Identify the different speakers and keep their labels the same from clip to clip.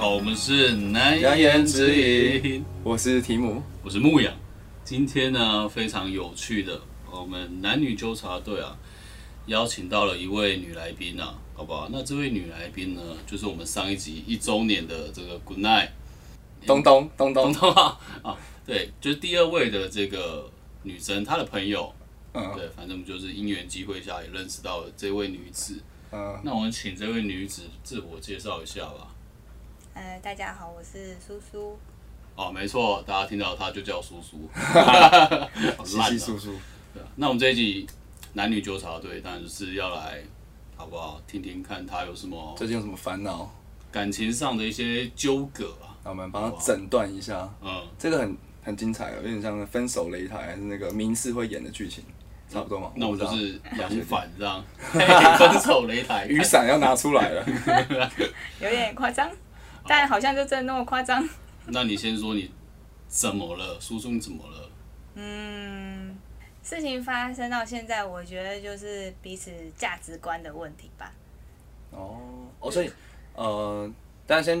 Speaker 1: 好，我们是南
Speaker 2: 难言之
Speaker 1: 隐
Speaker 2: 隐，我是提姆，
Speaker 1: 我是牧羊。今天呢，非常有趣的，我们男女纠察队啊，邀请到了一位女来宾啊，好不好？那这位女来宾呢，就是我们上一集一周年的这个 Good Night
Speaker 2: 东东东
Speaker 1: 懂
Speaker 2: 东，
Speaker 1: 的吗？啊，对，就是第二位的这个女生，她的朋友，
Speaker 2: 嗯
Speaker 1: 对，反正我们就是因缘机会下也认识到了这位女子。
Speaker 2: 嗯，
Speaker 1: 那我们请这位女子自我介绍一下吧。
Speaker 3: 呃，大家好，我是苏 苏。
Speaker 1: 哦，没错，大家听到她就叫叔叔，好
Speaker 2: 稀
Speaker 1: 烂
Speaker 2: 稀
Speaker 1: 啊
Speaker 2: 疏疏，
Speaker 1: 对啊那我们这一集男女纠察队当然就是要来，好不好？听听看他有什么
Speaker 2: 最近有什么烦恼？
Speaker 1: 感情上的一些纠葛啊。
Speaker 2: 那我们帮他诊断一下，
Speaker 1: 嗯，
Speaker 2: 这个很很精彩哦，有点像分手擂台还是那个民事会演的剧情，差不多嘛。
Speaker 1: 那我们就
Speaker 2: 不知
Speaker 1: 是扬反这样，嘿 分手擂
Speaker 2: 道
Speaker 1: 台。
Speaker 2: 雨伞要拿出 来了，
Speaker 3: 有点夸
Speaker 2: 哦
Speaker 3: 张，但好像就真的那么夸张。
Speaker 1: 那你先说你怎么了，叔叔你怎么了？
Speaker 3: 嗯，事情发生到现在，我觉得就是彼此价值观的问题吧。
Speaker 2: 哦哦，所以呃，但先，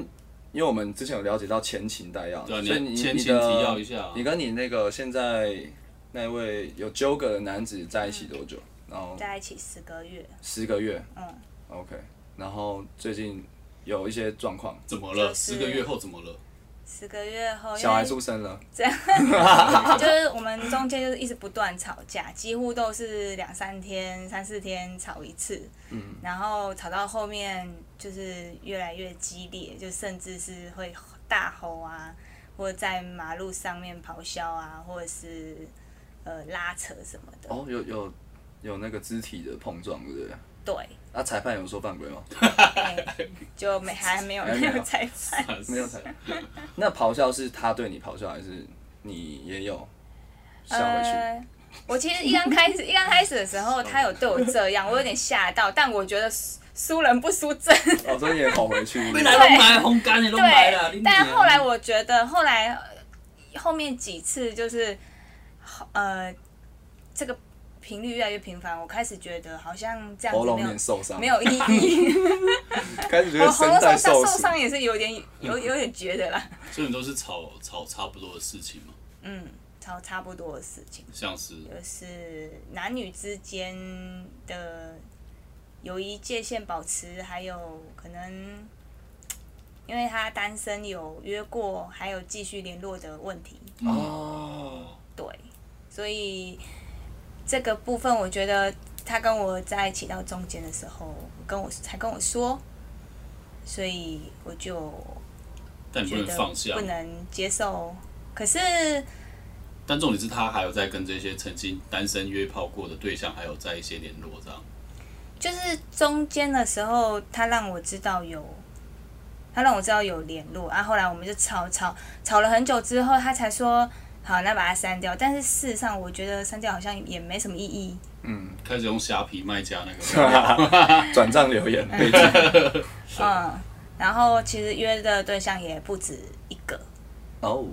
Speaker 2: 因为我们之前有了解到前情代要，
Speaker 1: 对
Speaker 2: 所
Speaker 1: 啊，
Speaker 2: 以
Speaker 1: 你
Speaker 2: 你
Speaker 1: 前
Speaker 2: 你
Speaker 1: 情
Speaker 2: 的
Speaker 1: 提要一下啊。
Speaker 2: 你跟你那个现在那位有纠葛的男子在一起多久？然后
Speaker 3: 在一起十个月，
Speaker 2: 十个月
Speaker 3: 嗯，
Speaker 2: ，OK。然后最近有一些状况，
Speaker 1: 怎么了？
Speaker 3: 就是
Speaker 1: 十个月后怎么了？
Speaker 3: 十个月后，因
Speaker 2: 小孩
Speaker 3: 为
Speaker 2: 出生了，啊
Speaker 3: 就是我们中间就是一直不断吵架，几乎都是两三天、三四天吵一次，嗯，然后吵到后面就是越来越激烈，就甚至是会大吼啊，或者在马路上面咆哮啊，或者是呃拉扯什么的，
Speaker 2: 哦，有有有那个肢体的碰撞，对不对？
Speaker 3: 对，
Speaker 2: 那、裁判有说犯规吗？
Speaker 3: 哎、就没还没有
Speaker 2: 还
Speaker 3: 没
Speaker 2: 没有
Speaker 3: 有裁判，
Speaker 2: 没有裁判。那咆哮是他对你咆哮，还是你也有 笑回去？
Speaker 3: 呃我其实一刚开始，一刚开始的时候，他有对我这样，我有点吓到，但我觉得输输人不输阵，
Speaker 2: 哦，所以你也吼回 去。
Speaker 1: 你 来都买烘干，你都买了。
Speaker 3: 对
Speaker 1: 你，
Speaker 3: 但后来我觉得，后来呃后面几次就是，呃，这个频率越来越频繁，我开始觉得好像这样
Speaker 2: 喉
Speaker 3: 子
Speaker 2: 咙
Speaker 3: 没
Speaker 2: 有点
Speaker 3: 有
Speaker 2: 受伤，
Speaker 3: 没有意义。
Speaker 2: 开始觉
Speaker 3: 我
Speaker 2: 得
Speaker 3: 喉
Speaker 2: 声
Speaker 3: 咙
Speaker 2: 带
Speaker 3: 受伤
Speaker 2: 受
Speaker 3: 受
Speaker 2: 损。
Speaker 3: 伤也是有点有有点觉得啦，
Speaker 1: 所以你都是吵吵差不多的事情嘛，
Speaker 3: 嗯，差差不多的事情，
Speaker 1: 像是
Speaker 3: 就是男女之间的友谊界限保持，还有可能。因为他单身有约过，还有继续联络的问题，
Speaker 2: 哦，
Speaker 3: 对，所以这个部分我觉得他跟我在一起到中间的时候，跟我才跟我说，所以我就
Speaker 1: 但你不
Speaker 3: 觉
Speaker 1: 能
Speaker 3: 得
Speaker 1: 放下
Speaker 3: 不，能接受。可是
Speaker 1: 但重点是他还有在跟这些曾经单身约炮过的对象还有在一些联络这样。
Speaker 3: 就是中间的时候，他让我知道有，他让我知道有联络，啊，后来我们就吵吵吵了很久之后，他才说好，那把它删掉。但是事实上，我觉得删掉好像也没什么意义。
Speaker 2: 嗯，
Speaker 1: 开始用虾皮卖家那个，哦
Speaker 2: 转账留言被 记
Speaker 3: 嗯，然后其实约的对象也不止一个，
Speaker 2: 哦，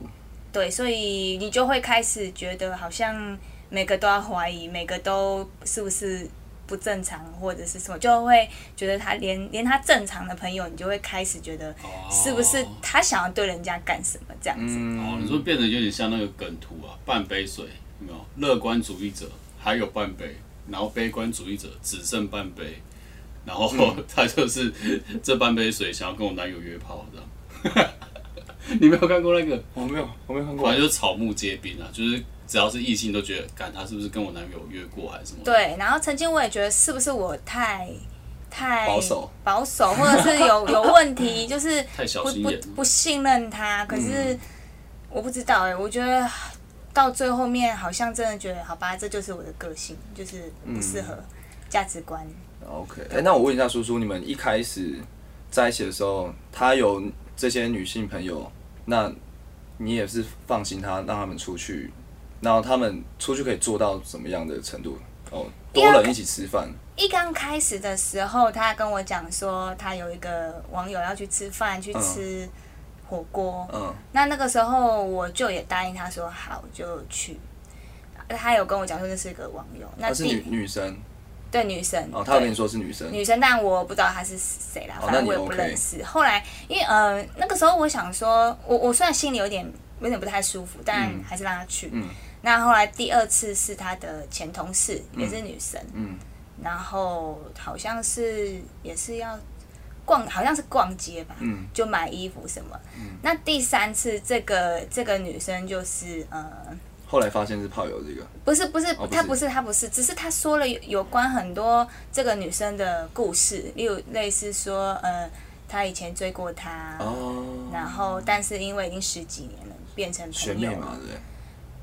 Speaker 3: 对，所以你就会开始觉得好像每个都要怀疑，每个都是不是不正常或者是什么，就会觉得他连连他正常的朋友，你就会开始觉得
Speaker 1: 哦
Speaker 3: 是不是他想要对人家干什么这样子。
Speaker 1: 哦，
Speaker 2: 嗯，
Speaker 1: 你说变得有点像那个梗图啊，半杯水有没有？乐观主义者还有半杯，然后悲观主义者只剩半杯，然后 他就是这半杯水想要跟我男友约炮这样。 你没有看过那个？
Speaker 2: 我没有，我没有看过
Speaker 1: 反。正就是草木皆兵啊，就是只要是异性都觉得，干他是不是跟我男友约过还是什么？，
Speaker 3: 对，然后曾经我也觉得是不是我太太
Speaker 2: 保守
Speaker 3: 保守，或者是有有问题，就是
Speaker 1: 太小
Speaker 3: 不
Speaker 1: 心
Speaker 3: 不
Speaker 1: 眼了
Speaker 3: 不信任他。可
Speaker 2: 嗯
Speaker 3: 是我不知道哎、我觉得到最后面好像真的觉得，好吧，这就是我的个性，就是不适合
Speaker 2: 嗯
Speaker 3: 价值观。
Speaker 2: OK，哎、那我问一下叔叔，你们一开始在一起的时候，他有这些女性朋友，那你也是放心他让他们出去，然后他们出去可以做到什么样的程度？哦，多人一起吃饭，
Speaker 3: 一刚开始的时候，他跟我讲说，他有一个网友要去吃饭，去吃火锅。
Speaker 2: 嗯，
Speaker 3: 那那个时候我就也答应他说好就去，他有跟我讲说这是一个网友，那
Speaker 2: 哦她是
Speaker 3: 第
Speaker 2: 女女生，
Speaker 3: 对女生，
Speaker 2: 哦，他有
Speaker 3: 对
Speaker 2: 跟你说是女生，
Speaker 3: 女生，但我不知道她是谁啦，
Speaker 2: 哦
Speaker 3: 反正
Speaker 2: 那
Speaker 3: 我
Speaker 2: 你
Speaker 3: 也不
Speaker 2: OK
Speaker 3: 认识。后来因为呃那个时候我想说，我我虽然心里有点有点不太舒服，但
Speaker 2: 嗯
Speaker 3: 还是让她去。
Speaker 2: 嗯
Speaker 3: 那后来第二次是她的前同事，也是女生，
Speaker 2: 嗯，
Speaker 3: 然后好像是也是要逛，好像是逛街吧，
Speaker 2: 嗯
Speaker 3: 就买衣服什么。那第三次这个这个女生就是呃。
Speaker 2: 后来发现是炮友这个，
Speaker 3: 不是不是
Speaker 2: 哦不，是
Speaker 3: 他不是他不是，只是他说了有有关很多这个女生的故事，例如类似说，呃，他以前追过她，
Speaker 2: 哦，
Speaker 3: 嗯然后但是因为已经十几年了，变成
Speaker 2: 学
Speaker 3: 朋友
Speaker 2: 妹嘛，
Speaker 3: 了
Speaker 2: 对，不对？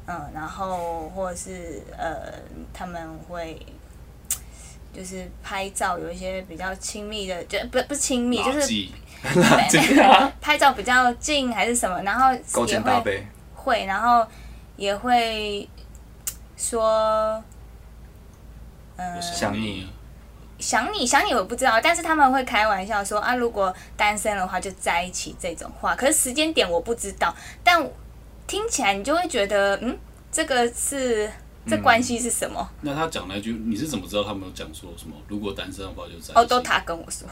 Speaker 3: 嗯，然后或者是呃，他们会就是拍照有一些比较亲密的，就不不亲密，就
Speaker 1: 垃
Speaker 3: 是
Speaker 1: 圾
Speaker 3: 拍照比较近还是什么，然后
Speaker 2: 勾
Speaker 3: 也
Speaker 2: 肩搭
Speaker 3: 会
Speaker 2: 背，
Speaker 3: 会，然后也会说，嗯、
Speaker 1: 我
Speaker 2: 想你
Speaker 1: 了
Speaker 3: 想你想你我不知道，但是他们会开玩笑说啊，如果单身的话就在一起这种话，可是时间点我不知道，但听起来你就会觉得，嗯，这个是这嗯关系是什么？
Speaker 1: 那他讲那句，你是怎么知道他没有讲说什么？如果单身的话就在一起
Speaker 3: 哦，都他跟我说，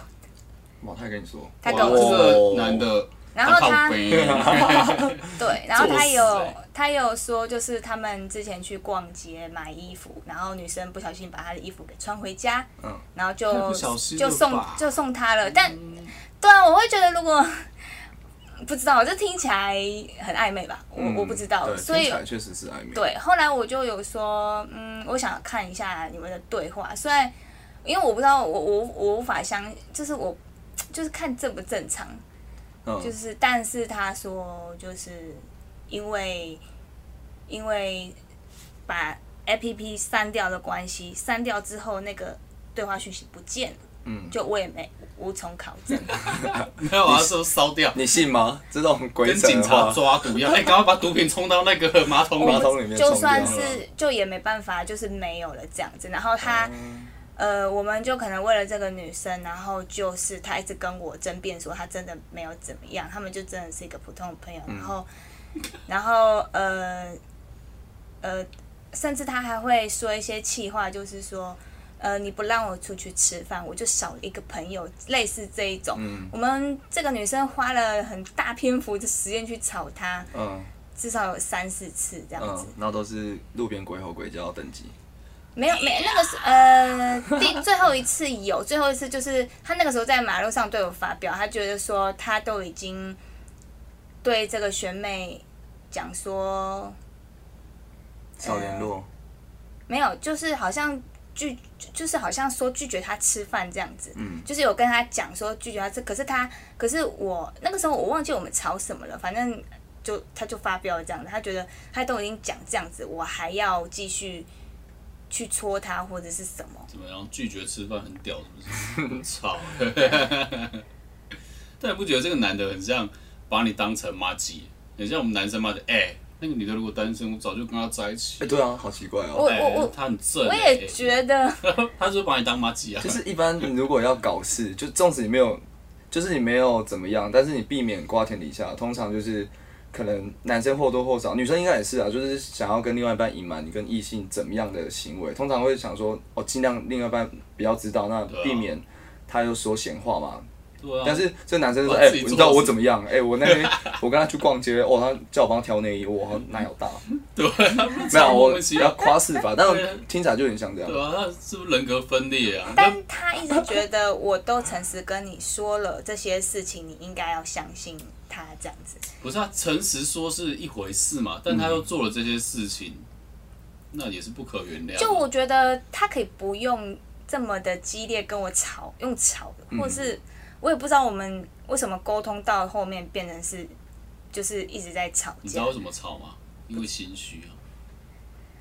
Speaker 2: 哇，他还跟你说，
Speaker 3: 他跟
Speaker 1: 哇
Speaker 3: 我
Speaker 1: 这
Speaker 3: 说，
Speaker 1: 个男的，
Speaker 3: 然后
Speaker 1: 靠
Speaker 3: 他
Speaker 1: 北
Speaker 3: 对，然后他
Speaker 1: 作死
Speaker 3: 有
Speaker 1: 欸
Speaker 3: 他有说，就是他们之前去逛街买衣服，然后女生不小心把他的衣服给穿回家，
Speaker 2: 嗯
Speaker 3: 然
Speaker 1: 那
Speaker 3: 后就
Speaker 1: 不小心
Speaker 3: 就
Speaker 1: 了
Speaker 3: 送
Speaker 1: 吧
Speaker 3: 就送他了。但对啊，我会觉得如果不知道，这听起来很暧昧吧？我、
Speaker 2: 嗯
Speaker 3: 我不知道，
Speaker 2: 对
Speaker 3: 所
Speaker 2: 听
Speaker 3: 以
Speaker 2: 起来确实是暧昧，
Speaker 3: 对，后来我就有说，嗯，我想看一下你们的对话，虽然因为我不知道，我我我无法相，就是我就是看正不正常，
Speaker 2: 嗯，
Speaker 3: 就是，但是他说，就是因为因为把 A P P 删掉的关系，删掉之后那个对话讯息不见了，
Speaker 2: 嗯，
Speaker 3: 就我也没无从考证。
Speaker 1: 没有啊，说烧掉，
Speaker 2: 你啊信吗？这种鬼
Speaker 1: 跟
Speaker 2: 扯
Speaker 1: 警
Speaker 2: 的
Speaker 1: 察
Speaker 2: 话，
Speaker 1: 抓毒一样，哎，赶快把毒品冲到那 个马桶
Speaker 2: 马
Speaker 1: 里。
Speaker 2: 桶里面
Speaker 3: 就
Speaker 2: 冲
Speaker 3: 算
Speaker 2: 掉
Speaker 3: 是
Speaker 2: 了
Speaker 3: 就也没办法，就是没有了这样子。然后他、呃，我们就可能为了这个女生，然后就是他一直跟我争辩说他真的没有怎么样，他们就真的是一个普通的朋友。然后，然后呃呃，甚至他还会说一些气话，就是说。呃，你不让我出去吃饭，我就少了一个朋友，类似这一种。我们这个女生花了很大篇幅的时间去吵他，
Speaker 2: 嗯
Speaker 3: 至少有三四次这样子
Speaker 2: 嗯。，然后都是路边鬼吼鬼叫等级，
Speaker 3: 没有没那个是呃第 最后一次有，最后一次就是他那个时候在马路上对我发表，他觉得说他都已经对这个学妹讲说
Speaker 2: 少联
Speaker 1: 哎
Speaker 2: 络，
Speaker 3: 没有，就是好像拒就是好像说拒绝他吃饭这样子，
Speaker 2: 嗯
Speaker 3: 就是有跟他讲说拒绝他吃，可是他可是我那个时候我忘记我们吵什么了，反正就他就发飙了这样子，他觉得他都已经讲这样子，我还要继续去戳他或者是什么。
Speaker 1: 怎么样？拒绝吃饭很屌，是不是？ 操！但你不觉得这个男的很像把你当成妈鸡，很像我们男生骂的？哎、那个女的如果单身，我早就跟她在一起
Speaker 2: 哎，。对啊，好奇怪哦。
Speaker 3: 我
Speaker 1: 哎
Speaker 3: 我我
Speaker 1: 她很正、
Speaker 3: 我 也觉得，
Speaker 1: 得，她就把你当妈鸡啊。
Speaker 2: 就是一般你如果要搞事，就纵使你没有，就是你没有怎么样，但是你避免瓜田李下，通常就是可能男生或多或少，女生应该也是啊，就是想要跟另外一半隐瞒你跟异性怎么样的行为，通常会想说哦，尽量另外一半不要知道，那
Speaker 1: 对啊
Speaker 2: 避免他又说闲话嘛。
Speaker 1: 对啊，
Speaker 2: 但是这男生说，
Speaker 1: 把
Speaker 2: 哎、
Speaker 1: 自己
Speaker 2: 你
Speaker 1: 做
Speaker 2: 知道
Speaker 1: 死
Speaker 2: 我怎么样？哎、我那 天我跟他去逛街，哦，他叫我帮他挑内衣，我奶好大，
Speaker 1: 对啊，
Speaker 2: 没有，
Speaker 1: 莫
Speaker 2: 我
Speaker 1: 名其
Speaker 2: 比
Speaker 1: 妙
Speaker 2: 较夸饰吧，但
Speaker 1: 对啊
Speaker 2: 听起来就很像这样
Speaker 1: 对。啊，她是不是人格分裂啊？那
Speaker 3: 但他一直觉得我都诚实跟你说了这些事情，你应该要相信他这样子。
Speaker 1: 不是啊，诚实说是一回事嘛，但他
Speaker 2: 嗯
Speaker 1: 又做了这些事情，那也是不可原谅。啊
Speaker 3: 就我觉得他可以不用这么的激烈跟我吵，用吵的，
Speaker 1: 嗯
Speaker 3: 或是我也不知道我们为什么沟通到后面变成是就是一直在吵
Speaker 1: 你知
Speaker 3: 架
Speaker 1: 道。为什么吵吗？因为心虚啊，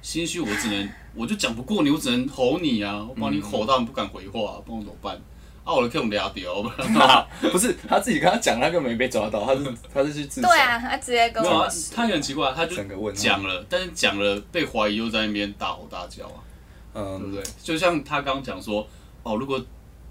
Speaker 1: 心虚我只能，我就讲不过你，我只能吼你啊，我
Speaker 2: 嗯
Speaker 1: 把你吼到你不敢回话、啊，不然我怎么办？啊，我的 Q 俩屌，不
Speaker 3: 啊
Speaker 1: 然
Speaker 2: 不是他自己跟他讲，他根本没被抓到，他是他是去自首。
Speaker 3: 对啊，他直接跟
Speaker 1: 没有
Speaker 3: 我
Speaker 1: 啊，他也很奇怪，他就
Speaker 2: 整个问号
Speaker 1: 讲了，但是讲了被怀疑又在那边大吼大叫啊，对不
Speaker 2: 嗯，
Speaker 1: 对？就像他刚刚讲说，哦，如果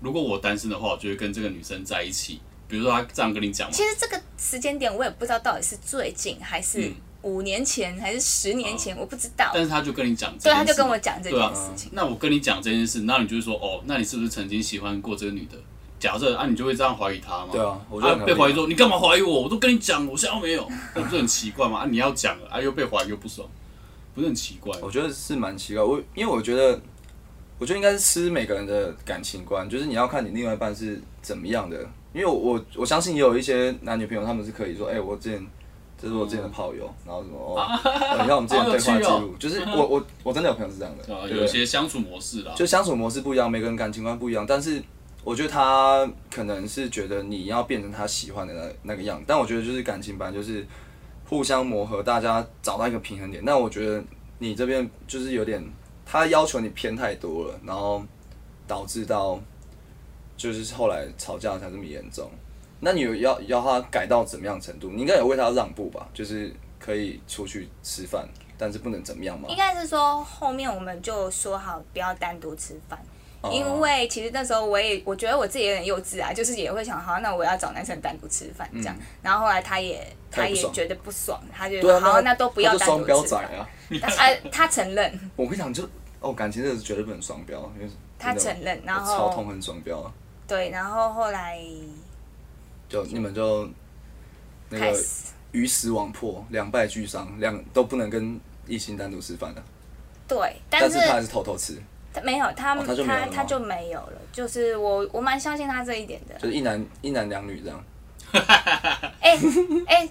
Speaker 1: 如果我单身的话，我就会跟这个女生在一起。比如说他这样跟你讲嘛，
Speaker 3: 其实这个时间点我也不知道到底是最近还是
Speaker 1: 嗯哦
Speaker 3: 五年前还是十年前，我不知道。
Speaker 1: 但是他就跟你讲这件事，
Speaker 3: 对，他就跟我讲这
Speaker 1: 对啊
Speaker 3: 件事情。
Speaker 1: 那我跟你讲这件事，那你就会说哦，那你是不是曾经喜欢过这个女的？假设啊，你就会这样怀疑她吗？
Speaker 2: 对啊我觉得很合理
Speaker 1: 被怀疑说你干嘛怀疑我？我都跟你讲，我现在没有，那不是很奇怪吗？啊，你要讲了，啊又被怀疑又不爽，不是很奇怪吗？
Speaker 2: 我觉得是蛮奇怪。我因为我觉得，我觉得应该是吃每个人的感情观，就是你要看你另外一半是怎么样的。因为我我我相信也有一些男女朋友，他们是可以说，哎、我之前这是我之前的炮友，然后什么 哦，哦你看我们之前的对话记
Speaker 1: 啊好有哦
Speaker 2: 录，就是我我我真的有朋友是这样的，
Speaker 1: 对啊，
Speaker 2: 对不
Speaker 1: 有
Speaker 2: 对
Speaker 1: 一些相处模式啦，
Speaker 2: 就相处模式不一样，每个人感情观不一样，但是我觉得他可能是觉得你要变成他喜欢的那那个样子，但我觉得就是感情本来就是互相磨合，大家找到一个平衡点。那我觉得你这边就是有点他要求你偏太多了，然后导致到就是后来吵架才这么严重。那你有要要他改到怎么样程度？你应该有为他让步吧，就是可以出去吃饭，但是不能怎么样嘛
Speaker 3: 应。该是说后面我们就说好不要单独吃饭，
Speaker 2: 哦
Speaker 3: 因为其实那时候我也我觉得我自己有点幼稚啊，就是也会想，好，那我要找男生单独吃饭这样。然后后来他也
Speaker 2: 嗯他
Speaker 3: 他
Speaker 2: 也不
Speaker 3: 也
Speaker 2: 爽
Speaker 3: 觉得不爽，他就
Speaker 2: 对啊，
Speaker 3: 好，那都不要
Speaker 2: 他就
Speaker 3: 单
Speaker 2: 双标
Speaker 3: 独吃
Speaker 2: 仔
Speaker 3: 饭。
Speaker 2: 啊。
Speaker 3: 他他他承认，
Speaker 2: 我跟你讲，就哦，感情这是绝对不能双标，因为
Speaker 3: 他
Speaker 2: 真的
Speaker 3: 承认，然
Speaker 2: 我超痛
Speaker 3: 后
Speaker 2: 恨双标啊，
Speaker 3: 对，然后后来
Speaker 2: 就你们就那
Speaker 3: 开
Speaker 2: 个
Speaker 3: 始
Speaker 2: 鱼死网破，两败俱伤，两都不能跟异性单独吃饭的、
Speaker 3: 对，
Speaker 2: 但
Speaker 3: 但
Speaker 2: 是他还是偷偷吃，
Speaker 3: 他没有他
Speaker 2: 哦他就没有了
Speaker 3: 他
Speaker 2: 吗
Speaker 3: 他就没有了，就是我我蛮相信他这一点的。
Speaker 2: 就是一男一男两女这样，
Speaker 3: 哎哎，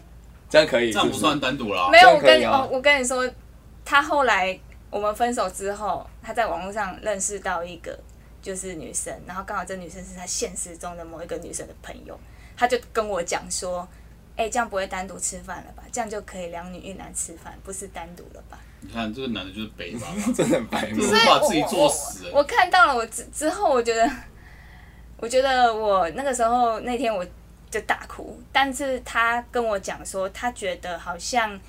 Speaker 2: 这样可以
Speaker 1: 这样不
Speaker 2: 是
Speaker 1: 算
Speaker 2: 不
Speaker 1: 单独啦
Speaker 3: 没。有，
Speaker 2: 这样
Speaker 3: 我
Speaker 2: 可以
Speaker 3: 跟你、
Speaker 2: 啊
Speaker 3: 哦，我跟你说，他后来我们分手之后，他在网络上认识到一个就是女生，然后刚好这女生是他现实中的某一个女生的朋友，他就跟我讲说。哎、这样不会单独吃饭了吧？这样就可以两女一男吃饭，不是单独了吧？
Speaker 1: 你看这个男的就是北吧，
Speaker 2: 是 真的很白目
Speaker 1: 就，是
Speaker 3: 所以
Speaker 1: 把
Speaker 3: 我
Speaker 1: 自己作死
Speaker 3: 我我。我看到了，我之之后我觉得，我觉得我那个时候那天我就大哭，但是他跟我讲说，他觉得好像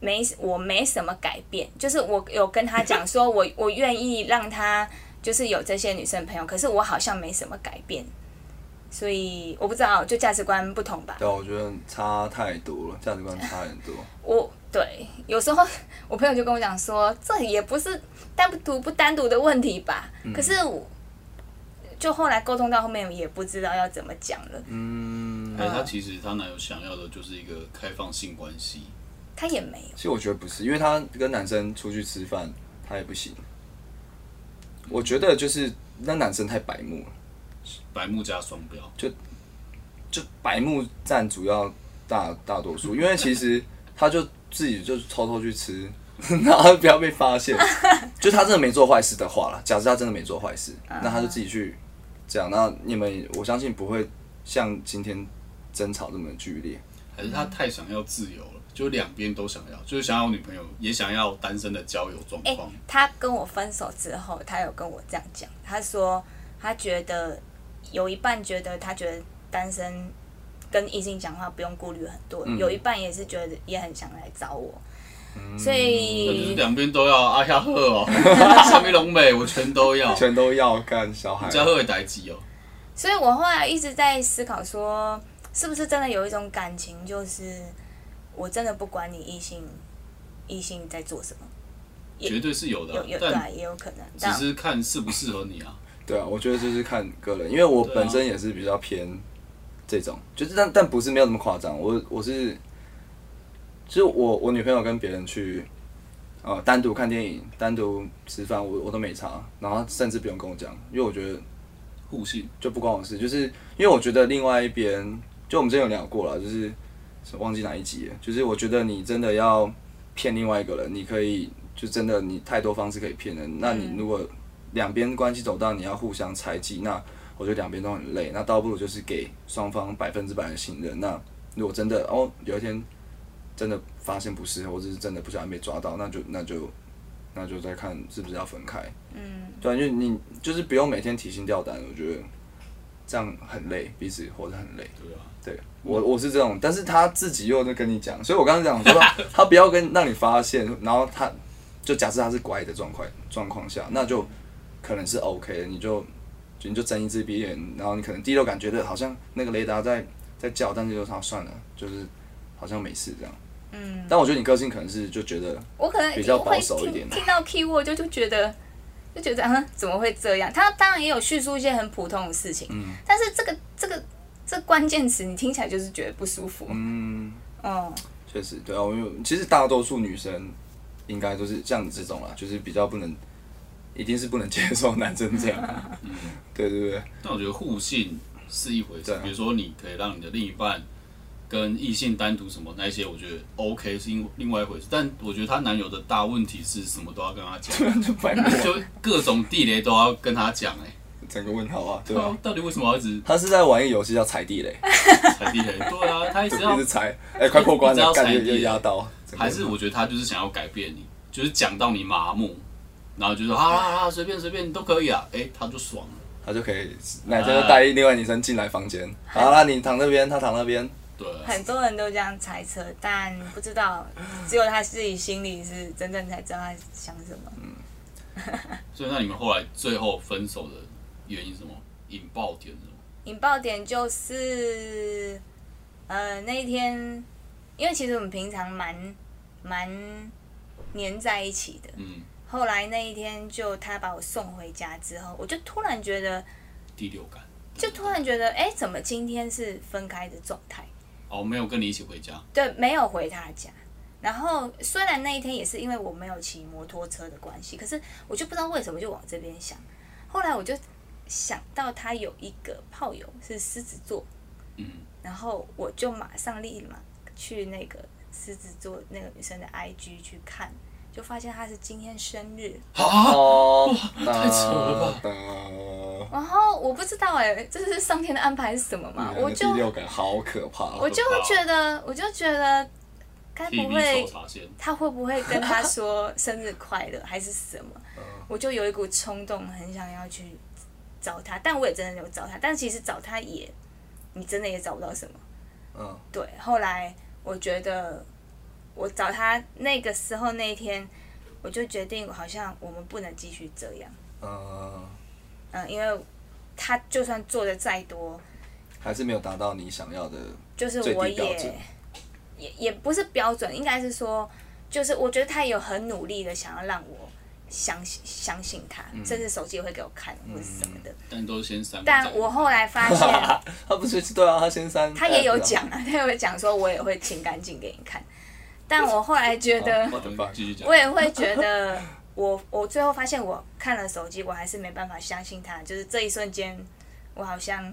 Speaker 3: 没我没什么改变，就是我有跟他讲说我我愿意让他就是有这些女生朋友，可是我好像没什么改变，所以我不知道，就价值观不同吧。
Speaker 2: 对啊，我觉得差太多了，价值观差很多，
Speaker 3: 我对有时候我朋友就跟我讲说，这也不是单独不单独的问题吧。
Speaker 1: 嗯
Speaker 3: 可是我就后来沟通到后面，也不知道要怎么讲了。
Speaker 2: 嗯，
Speaker 1: 哎，她其实她男友想要的就是一个开放性关系，
Speaker 3: 他也没
Speaker 1: 哦
Speaker 3: 有，
Speaker 2: 其实我觉得不是，因为他跟男生出去吃饭，他也不行，我觉得就是那男生太白目了。
Speaker 1: 白目加双标。
Speaker 2: 就白目占主要大大多数，因为其实他就自己就偷偷去吃， 然后不要被发现。就他真的没做坏事的话啦，假设他真的没做坏事，那他就自己去这样。那你们我相信不会像今天争吵这么剧烈。
Speaker 1: 还是他
Speaker 3: 嗯
Speaker 1: 太想要自由了，就两边都想要，就是想要女朋友，也想要单身的交友状
Speaker 3: 哎、
Speaker 1: 况。
Speaker 3: 他跟我分手之后，他有跟我这样讲，他说他觉得有一半觉得他觉得单身跟异性讲话不用顾虑很多，
Speaker 1: 嗯
Speaker 3: 有一半也是觉得也很想来找我，所
Speaker 1: 那就是
Speaker 3: 以
Speaker 1: 两边都要阿亚赫 哦，上面龙美我全都 要，
Speaker 2: 全都要干小孩，
Speaker 1: 加赫也代志哦。
Speaker 3: 所以我后来一直在思考说，是不是真的有一种感情，就是我真的不管你异性异性在做什么，也
Speaker 1: 绝对是有的啊
Speaker 3: 有，有对啊，
Speaker 1: 但
Speaker 3: 也有可能，
Speaker 1: 只
Speaker 3: 但
Speaker 1: 是看适不适合你啊。
Speaker 2: 对啊，我觉得就是看个人，因为我
Speaker 1: 对啊
Speaker 2: 本身也是比较偏这种，就是但但不是没有那么夸张，我我是，就是我我女朋友跟别人去，呃，单独看电影、单独吃饭，我我都没差，然后甚至不用跟我讲，因为我觉得
Speaker 1: 互信
Speaker 2: 就不关我事，就是因为我觉得另外一边，就我们之前有聊过了，就是忘记哪一集了，就是我觉得你真的要骗另外一个人，你可以就真的你太多方式可以骗人，那你如果两边关系走到你要互相猜忌，那我觉得两边都很累，那倒不如就是给双方百分之百的信任。那如果真的哦有一天真的发现不适合，或者是真的不小心被抓到，那就那就那就再看是不是要分开。
Speaker 3: 嗯，
Speaker 2: 对啊，因为你就是不用每天提心吊胆，我觉得这样很累，彼此活得很累。
Speaker 1: 对啊，
Speaker 2: 对我我是这种，但是他自己又在跟你讲，所以我刚刚讲说 他不要跟让你发现，然后他就假设他是乖的状况状况下，那就可能是 OK 的，你就就你就睁一只闭一只眼，然后你可能第六啊感觉得好像那个雷达在在叫，但是就说算了，就是好像没事这样。嗯，但我觉得你个性可能是就觉得
Speaker 3: 我可能
Speaker 2: 比较
Speaker 3: 我
Speaker 2: 保
Speaker 3: 会
Speaker 2: 守一点
Speaker 3: 听听到 keyword 就就觉得就觉得嗯怎么会这样？他当然也有叙述一些很普通的事情，
Speaker 2: 嗯
Speaker 3: 但是这个这个这关键词你听起来就是觉得不舒服，
Speaker 2: 嗯，
Speaker 3: 嗯，
Speaker 2: 确实对啊，我有其实大多数女生应该都是像你这种啦，就是比较不能，一定是不能接受男生这样，啊
Speaker 1: 嗯
Speaker 2: 对对对，
Speaker 1: 但我觉得互信是一回
Speaker 2: 对
Speaker 1: 事
Speaker 2: 啊，
Speaker 1: 比如说你可以让你的另一半跟异性单独什么那一些，我觉得 OK 是另另外一回事。但我觉得她男友的大问题是什么都要跟她讲，
Speaker 2: 就白目啊
Speaker 1: 就各种地雷都要跟她讲、哎，
Speaker 2: 整个问号啊，对
Speaker 1: 对
Speaker 2: 吧、
Speaker 1: 啊，到底为什么要一直
Speaker 2: 他是在玩一个游戏叫踩地雷，
Speaker 1: 踩地 雷？对啊，他一直
Speaker 2: 一
Speaker 1: 要
Speaker 2: 直，踩，哎、快破
Speaker 1: 一
Speaker 2: 关
Speaker 1: 直
Speaker 2: 了，
Speaker 1: 要
Speaker 2: 感
Speaker 1: 踩
Speaker 2: 觉
Speaker 1: 地雷
Speaker 2: 又压到，整个
Speaker 1: 还是我觉得他就是想要改变你，就是讲到你麻木，然后就说啊啊啊，随便随便都可以啊，哎、他就爽了，
Speaker 2: 他就可以哪天就
Speaker 1: 啊
Speaker 2: 带另外女生进来房间，好啦，你躺那边，他躺那边，
Speaker 1: 对啊、
Speaker 3: 很多人都这样猜测，但不知道只有他自己心里是真正才知道他想什么。
Speaker 1: 所以那你们后来最后分手的原因是什么？引爆点是什么？
Speaker 3: 引爆点就是，呃，那一天，因为其实我们平常蛮蛮黏在一起的。
Speaker 1: 嗯，
Speaker 3: 后来那一天，就他把我送回家之后，我就突然觉得，
Speaker 1: 第六感。
Speaker 3: 就突然觉得，哎，怎么今天是分开的状态？
Speaker 1: 哦，没有跟你一起回家。
Speaker 3: 对，没有回他家。然后虽然那一天也是因为我没有骑摩托车的关系，可是我就不知道为什么就往这边想。后来我就想到他有一个炮友是狮子座，
Speaker 1: 嗯，
Speaker 3: 然后我就马上立马去那个狮子座那个女生的 IG 去看，就发现她是今天生日。
Speaker 1: 啊，
Speaker 2: 哦，
Speaker 1: 太扯了吧
Speaker 2: 吧！
Speaker 3: 然后我不知道哎、这是上天的安排是什么嘛？
Speaker 2: 嗯
Speaker 3: 啊我
Speaker 2: 那
Speaker 3: 就
Speaker 2: 第六感好可怕，啊
Speaker 3: 我就会觉得，我就觉得，该
Speaker 1: 替
Speaker 3: 不
Speaker 1: 你
Speaker 3: 会
Speaker 1: 手查线。
Speaker 3: 他会不会跟他说生日快乐还是什么？我就有一股冲动，很想要去找他，但我也真的有找他，但其实找他也，你真的也找不到什么。
Speaker 2: 嗯，
Speaker 3: 对，后来我觉得我找他那个时候那一天，我就决定好像我们不能继续这样，
Speaker 2: 呃，
Speaker 3: 嗯，因为他就算做的再多，
Speaker 2: 还是没有达到你想要的，
Speaker 3: 就是
Speaker 2: 最低
Speaker 3: 我
Speaker 2: 标
Speaker 3: 也
Speaker 2: 准
Speaker 3: 也也不是标准，应该是说，就是我觉得他有很努力的想要让我相信相信他，
Speaker 2: 嗯
Speaker 3: 甚至手机也会给我看或者什么的。
Speaker 1: 但都先删。
Speaker 3: 但我后来发 现，
Speaker 2: 他不是对啊，他先删，
Speaker 3: 他也有讲啊，他也有讲说我也会清干净给你看。但我后来觉得，
Speaker 2: What the fuck
Speaker 1: 继续讲
Speaker 3: 我。也会觉得我，我最后发现我看了手机，我还是没办法相信他。就是这一瞬间，我好像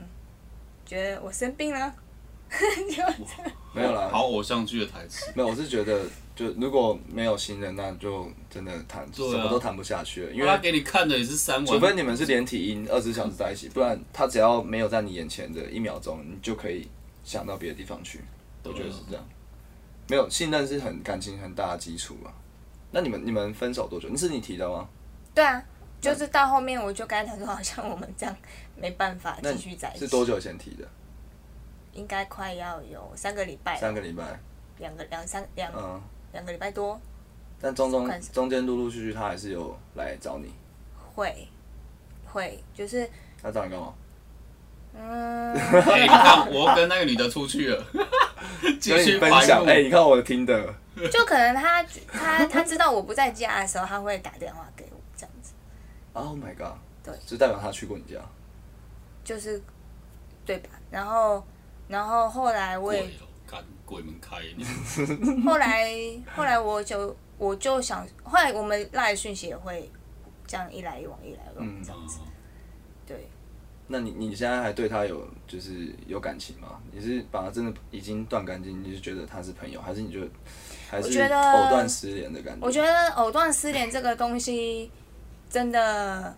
Speaker 3: 觉得我生病了， 就
Speaker 2: 没有啦，
Speaker 1: 好偶像剧的台词。
Speaker 2: 没有，我是觉得就如果没有信任，那就真的谈什
Speaker 1: 对啊
Speaker 2: 么都谈不下去了，因
Speaker 1: 因为他
Speaker 2: 为。
Speaker 1: 给你看的也是删完，
Speaker 2: 除非你们是连体婴二十小时在一起，不然他只要没有在你眼前的一秒钟，你就可以想到别的地方去。我
Speaker 1: 我
Speaker 2: 觉得是这样。没有信任是很感情很大的基础嘛。那你们你们分手多久？你是你提的吗？
Speaker 3: 对啊，就是到后面我就跟他说，好像我们这样没办法
Speaker 2: 那
Speaker 3: 继续在一
Speaker 2: 是
Speaker 3: 起，
Speaker 2: 多久以前提的？
Speaker 3: 应该快要有三个礼拜了，
Speaker 2: 三个礼拜。
Speaker 3: 两个两三两
Speaker 2: 嗯，
Speaker 3: 两个礼拜多
Speaker 2: 但中
Speaker 3: 快
Speaker 2: 中中间陆陆续续他还是有来找你，
Speaker 3: 会会 就是
Speaker 2: 他找你干嘛？
Speaker 3: 嗯，
Speaker 1: 哎，你看我跟那个女的出去 了，继
Speaker 2: 跟
Speaker 1: 续
Speaker 2: 你分
Speaker 1: 白
Speaker 2: 享，
Speaker 1: 目
Speaker 2: 哎、你看我听的，
Speaker 3: 就可能他他他知道我不在家的时候，他会打电话给我这样子，
Speaker 2: Oh my god！
Speaker 3: 对
Speaker 2: 就代表他去过你家。
Speaker 3: 就是对吧？然后然后后来我
Speaker 1: 鬼
Speaker 3: 也
Speaker 1: 哦，干鬼门开，你
Speaker 3: 后来后来我就我就想，后来我们赖讯息也会这样一来一往，一来一往
Speaker 2: 嗯
Speaker 3: 这样子。
Speaker 1: 哦
Speaker 3: 对，
Speaker 2: 那你你现在还对他有就是有感情吗？你是把他真的已经断干净，你就觉得他是朋友，还是你就还
Speaker 3: 我
Speaker 2: 是
Speaker 3: 觉得
Speaker 2: 藕断丝连的感觉？
Speaker 3: 我觉得藕断丝连这个东西真的，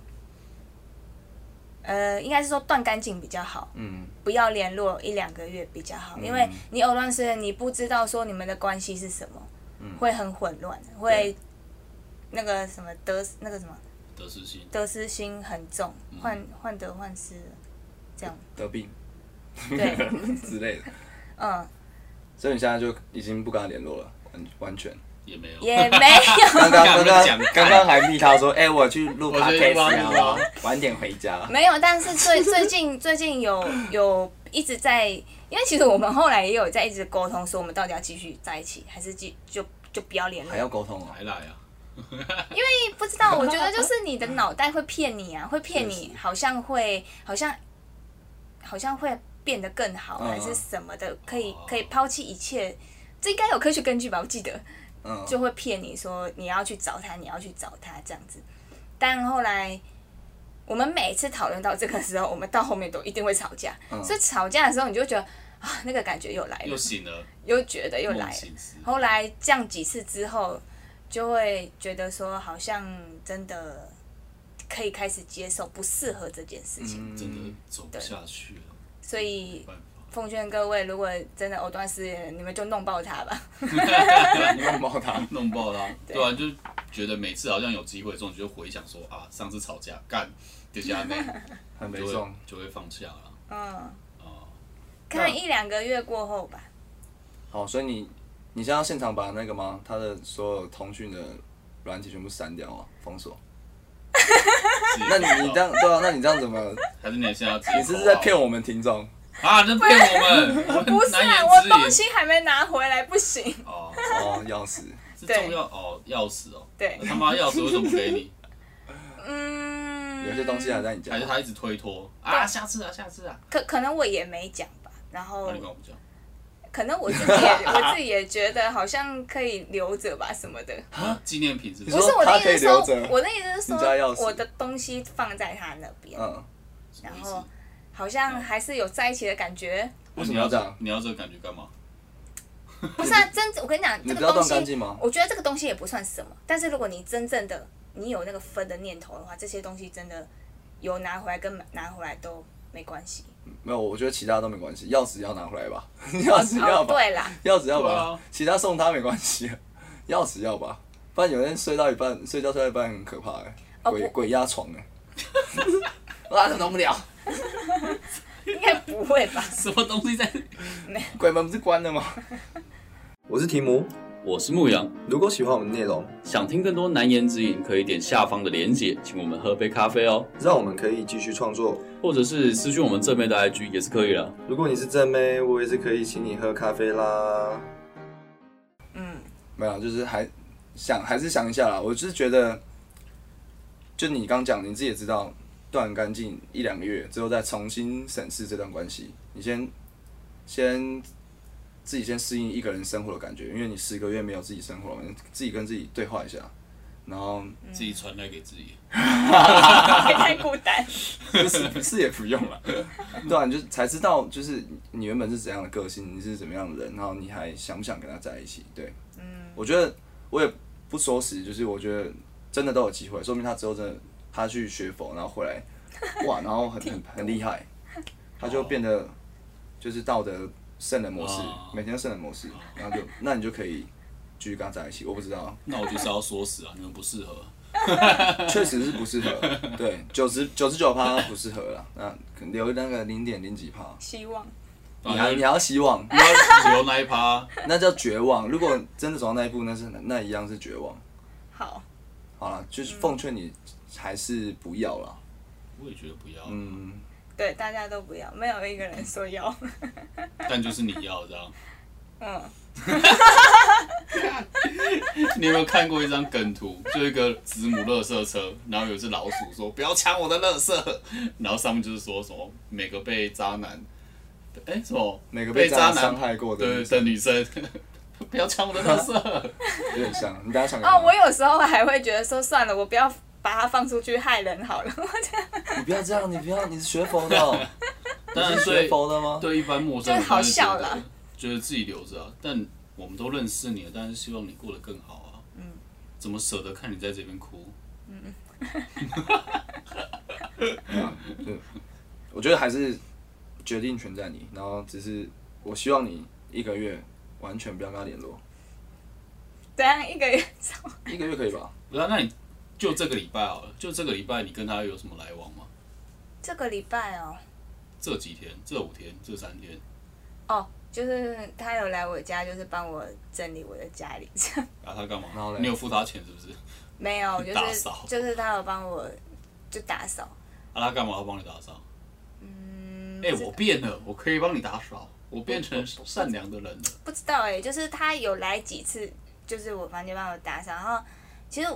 Speaker 3: 呃，应该是说断干净比较好，
Speaker 2: 嗯，
Speaker 3: 不要联络一两个月比较好，因为你藕断丝连，你不知道说你们的关系是什么，会很混乱，会那个什么得那个什么
Speaker 1: 得失心。
Speaker 3: 得失心很重，
Speaker 2: 嗯
Speaker 3: 患患得患 失，这样
Speaker 2: 得病
Speaker 3: 对，
Speaker 2: 之类的，
Speaker 3: 嗯。
Speaker 2: 所以你现在就已经不跟他联络了，完完 全。
Speaker 1: 也没有，
Speaker 3: 也没有，
Speaker 2: 刚 刚刚
Speaker 1: 讲
Speaker 2: 刚
Speaker 1: 开
Speaker 2: 刚刚还密他说，哎、我去录
Speaker 1: 我去录
Speaker 2: 啊 podcast
Speaker 1: 啊
Speaker 2: 啊，晚点回家。
Speaker 3: 没有。但是最最近最近有有一一直在，因为其实我们后来也有在一直沟通，说我们到底要继续在一起，还是继就就不要联络
Speaker 2: 还。要沟通哦。
Speaker 1: 还来啊？
Speaker 3: 不知道，我觉得就是你的脑袋会骗你啊，会骗
Speaker 2: 确
Speaker 3: 你，好像会，好像，好像会变得更好，
Speaker 2: 嗯
Speaker 3: 还是什么的，可以
Speaker 1: 哦
Speaker 3: 可以抛弃一切，这应该有科学根据吧？我记得
Speaker 2: 嗯，
Speaker 3: 就会骗你说你要去找他，你要去找他这样子。但后来我们每次讨论到这个时候，我们到后面都一定会吵架，
Speaker 2: 嗯
Speaker 3: 所以吵架的时候你就觉得啊，那个感觉又来
Speaker 1: 又
Speaker 3: 了，
Speaker 1: 醒了，
Speaker 3: 又觉得又来
Speaker 1: 梦
Speaker 3: 了。
Speaker 1: 醒时。
Speaker 3: 后来这样几次之后，就会觉得说好像真的可以开始接受不适合这件事情。
Speaker 1: 真的
Speaker 2: 嗯
Speaker 1: 走不下去了，
Speaker 3: 所
Speaker 1: 没
Speaker 3: 以
Speaker 1: 办法。
Speaker 3: 奉劝各位，如果真的藕断丝连，你们就弄爆他吧。
Speaker 2: 拥抱他。
Speaker 1: 弄爆啦，对啊，就觉得每次好像有机会这种，就回想说啊，上次吵架干就这样，
Speaker 2: 很悲
Speaker 1: 就会
Speaker 2: 壮，
Speaker 1: 就会放下了。
Speaker 3: 嗯，
Speaker 1: 啊，
Speaker 3: 可能一两个月过后吧。
Speaker 2: 好，所以你你现在要现场把那个吗？他的所有通讯的软体全部删掉啊，封锁。
Speaker 1: 自己
Speaker 2: 那你你这样对啊？那你这样怎么？
Speaker 1: 还是你现在要自己
Speaker 2: 你是不是在
Speaker 1: 口号
Speaker 2: 骗我们听众？
Speaker 1: 啊？那骗我们，我
Speaker 3: 不
Speaker 1: 们
Speaker 3: 是
Speaker 1: 难
Speaker 3: 啊，
Speaker 1: 言
Speaker 3: 我
Speaker 1: 之
Speaker 3: 东
Speaker 1: 隐
Speaker 3: 西还没拿回来，不行。
Speaker 1: 哦，
Speaker 2: 哦，钥匙。
Speaker 1: 是
Speaker 3: 对
Speaker 1: 重要哦，钥匙哦，
Speaker 3: 对
Speaker 1: 那他妈钥匙为什么不给你？
Speaker 3: 嗯，
Speaker 2: 有些东西还在你家
Speaker 1: 还，是他一直推脱啊？下次啊，下次啊，
Speaker 3: 可可能我也没讲吧。然后
Speaker 1: 那你跟我们讲，
Speaker 3: 可能我自己也 我自己也觉得好像可以留着吧什么的。
Speaker 1: 啊纪念品是不
Speaker 2: 你
Speaker 3: 不
Speaker 1: 是？
Speaker 3: 是
Speaker 2: 说
Speaker 3: 我
Speaker 2: 他
Speaker 3: 的意
Speaker 2: 可以
Speaker 3: 思是说
Speaker 2: 留着，
Speaker 3: 我的意思是
Speaker 2: 你家钥匙
Speaker 3: 说，我的东西放在他那边，
Speaker 2: 嗯，
Speaker 1: 什么意
Speaker 3: 然
Speaker 1: 思
Speaker 3: 后好像还是有在一起的感 觉。
Speaker 2: 为什么要这样？
Speaker 1: 你要这个感觉干嘛？
Speaker 3: 不是啊，真我跟你讲，
Speaker 2: 你
Speaker 3: 这
Speaker 2: 不
Speaker 3: 个
Speaker 2: 要
Speaker 3: 东
Speaker 2: 断干净
Speaker 3: 西
Speaker 2: 吗，
Speaker 3: 我觉得这个东西也不算什么。但是如果你真正的你有那个分的念头的话，这些东西真的有拿回来跟拿回来都没关系。
Speaker 2: 没有，我觉得其他都没关系，钥匙要拿回来吧， 钥匙要
Speaker 3: 哦，
Speaker 2: 吧，
Speaker 3: 对啦，
Speaker 2: 钥匙要
Speaker 1: 对
Speaker 2: 吧
Speaker 1: 啊，
Speaker 2: 其他送他没关系，钥匙要吧，不然有人睡到一半，睡觉睡到一半很可怕哎，
Speaker 3: 哦
Speaker 2: 鬼
Speaker 3: 不
Speaker 2: 鬼压床哎， 啊，弄不了，
Speaker 3: 应该不会 吧？
Speaker 1: 什么东西在？
Speaker 2: 鬼门不是关了吗？ 我是提姆，
Speaker 1: 我是牧羊，
Speaker 2: 如果喜欢我们的内容，
Speaker 1: 想听更多难言之隐，可以点下方的连结，请我们喝杯咖啡哦，
Speaker 2: 让我们可以继续创作。
Speaker 1: 或者是私讯我们正妹的 IG 也是可以啦。
Speaker 2: 如果你是正妹，我也是可以请你喝咖啡啦。
Speaker 3: 嗯，
Speaker 2: 没有，啊就是还想还是想一下啦。我就是觉得，就你刚讲，你自己也知道，断干净一两个月之后再重新审视这段关系，你先先自己先适应一个人生活的感觉，因为你十个月没有自己生活了，你自己跟自己对话一下，然后
Speaker 1: 自己传来给自己，
Speaker 3: 太孤单。
Speaker 2: 是是也不用了，对啊，你就才知道就是你原本是怎样的个性，你是怎么样的人，然后你还想不想跟他在一起？对，
Speaker 3: 嗯，
Speaker 2: 我觉得我也不说实，就是我觉得真的都有机会，说明他之后真的他去学佛，然后回来，哇，然后很很很厉害，他就变得就是道德圣人模式
Speaker 1: 哦，
Speaker 2: 每天都圣人模式，然后就那你就可以继续跟他在一起。我不知道，
Speaker 1: 那我就是要说死啊，你们不适合。
Speaker 2: 确实是不适合，对，九十九十九趴不适合了，那可能留那个零点零几趴。
Speaker 3: 希望
Speaker 2: 你要你
Speaker 1: 你要
Speaker 2: 要希望，
Speaker 1: 留那一趴，
Speaker 2: 那叫绝望。如果真的走到那一步，那是那一样是绝望。
Speaker 3: 好，
Speaker 2: 好了，就是
Speaker 3: 嗯
Speaker 2: 奉劝你还是不要了。
Speaker 1: 我也觉得不要，
Speaker 2: 嗯，
Speaker 3: 对大家都不要，没有一个人说 要。
Speaker 1: 但就是你要这样。
Speaker 3: 嗯，
Speaker 1: 你有没有看过一张梗图？就一个子母垃圾车，然后有一只老鼠说：“不要抢我的垃圾。”然后上面就是说什么每个被渣男，哎、什么
Speaker 2: 每个
Speaker 1: 被
Speaker 2: 被渣
Speaker 1: 渣
Speaker 2: 男
Speaker 1: 男
Speaker 2: 伤害过的
Speaker 1: 对
Speaker 2: 女
Speaker 1: 的
Speaker 2: 生
Speaker 1: 女生， 不要抢我的垃圾。
Speaker 2: 有点像，你等一下想干嘛
Speaker 3: 哦，我有时候还会觉得说算了，我不要把它放出去害人好了。
Speaker 2: 你不要这样，你不要，你是学 佛的哦，
Speaker 1: 当
Speaker 2: 你
Speaker 1: 然
Speaker 2: 是学
Speaker 1: 对
Speaker 2: 佛的 吗？
Speaker 1: 对一般陌生人
Speaker 3: 就是好
Speaker 1: 当然觉得
Speaker 3: 笑啦，
Speaker 1: 觉得自己留着啊。但我们都认识你了，但是希望你过得更好啊。嗯，怎么舍得看你在这边哭？
Speaker 2: 我觉得还是决定权在你，然后只是我希望你一个月完全不要跟他联络，
Speaker 3: 怎样一个月照
Speaker 2: 一个月可以吧？
Speaker 1: 不然那你就这个礼拜好了，就这个礼拜你跟他有什么来往吗？
Speaker 3: 这个礼拜哦，
Speaker 1: 这几天、这五天、这三天，
Speaker 3: 哦，就是他有来我家，就是帮我整理我的家里， 这样
Speaker 1: 然、啊、后他干
Speaker 2: 然后
Speaker 1: 嘛
Speaker 2: 嘞？
Speaker 1: 你有付他钱是不是？
Speaker 3: 没有，就
Speaker 1: 打
Speaker 3: 是
Speaker 1: 扫
Speaker 3: 就是他有帮我就打扫，
Speaker 1: 啊，他干嘛要帮你打扫？
Speaker 3: 嗯，嗯，
Speaker 1: 哎、
Speaker 3: 不知
Speaker 1: 我变了，我可以帮你打扫，我变成善良的人了。
Speaker 3: 不知道哎、就是他有来几次，就是我房间帮我打扫，然后其实，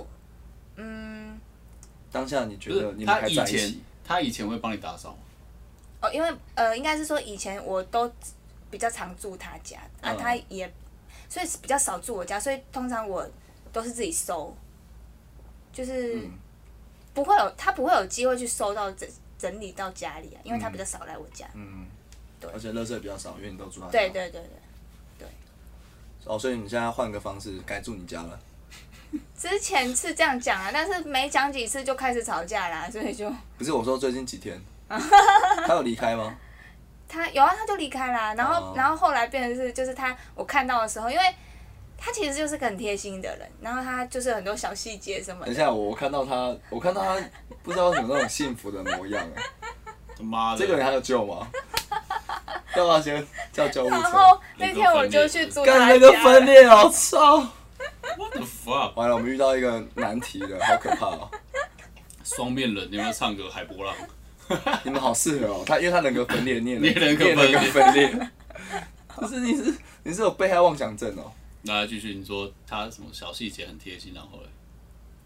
Speaker 3: 嗯，
Speaker 2: 当下你觉
Speaker 1: 就
Speaker 2: 得
Speaker 1: 是
Speaker 2: 你们
Speaker 1: 他
Speaker 2: 还
Speaker 1: 以
Speaker 2: 在一
Speaker 1: 前
Speaker 2: 起？，
Speaker 1: 他以前会帮你打扫吗，
Speaker 3: 哦，因为呃，应该是说以前我都比较常住他家，啊，
Speaker 2: 嗯
Speaker 3: 他也，所以比较少住我家，所以通常我都是自己收，就是
Speaker 2: 嗯
Speaker 3: 不会有他不会有机会去收到整整理到家里啊，因为他
Speaker 2: 嗯
Speaker 3: 比较少来我家。
Speaker 2: 嗯，
Speaker 3: 对
Speaker 2: 而且垃圾比较少，因为你都住他家。
Speaker 3: 对对对对，
Speaker 2: 哦，所以你现在换个方式，改住你家了。
Speaker 3: 之前是这样讲啊，但是没讲几次就开始吵架啦，所以就
Speaker 2: 不是我说最近几 天，他有离开吗？
Speaker 3: 他有啊，他就离开啦。然后，
Speaker 2: 哦
Speaker 3: 然后后来变成是，就是他我看到的时候，因为他其实就是个很贴心的人，然后他就是很多小细节什么
Speaker 2: 等一
Speaker 3: 的。
Speaker 2: 下，我我看到他，我看到他不知道为什么那种幸福的模样 哎，
Speaker 1: 他妈的，
Speaker 2: 这个人还有救 吗？要不要先叫救护
Speaker 3: 然
Speaker 2: 车
Speaker 3: 后？那天我就去住
Speaker 2: 干
Speaker 3: 他
Speaker 2: 那个分
Speaker 3: 家，
Speaker 2: 裂哦，操！
Speaker 1: what the fuck，
Speaker 2: 完了，我们遇到一个难题了，好可怕哦！
Speaker 1: 双面人，你有没有唱歌《海波浪》？
Speaker 2: 你们好适合哦，他因为他人格分裂，你也
Speaker 1: 你也人格
Speaker 2: 你也
Speaker 1: 分裂
Speaker 2: 分 裂，就是你是你是有被害妄想症哦。
Speaker 1: 那继续，你说他什么小细节很贴心，然后嘞，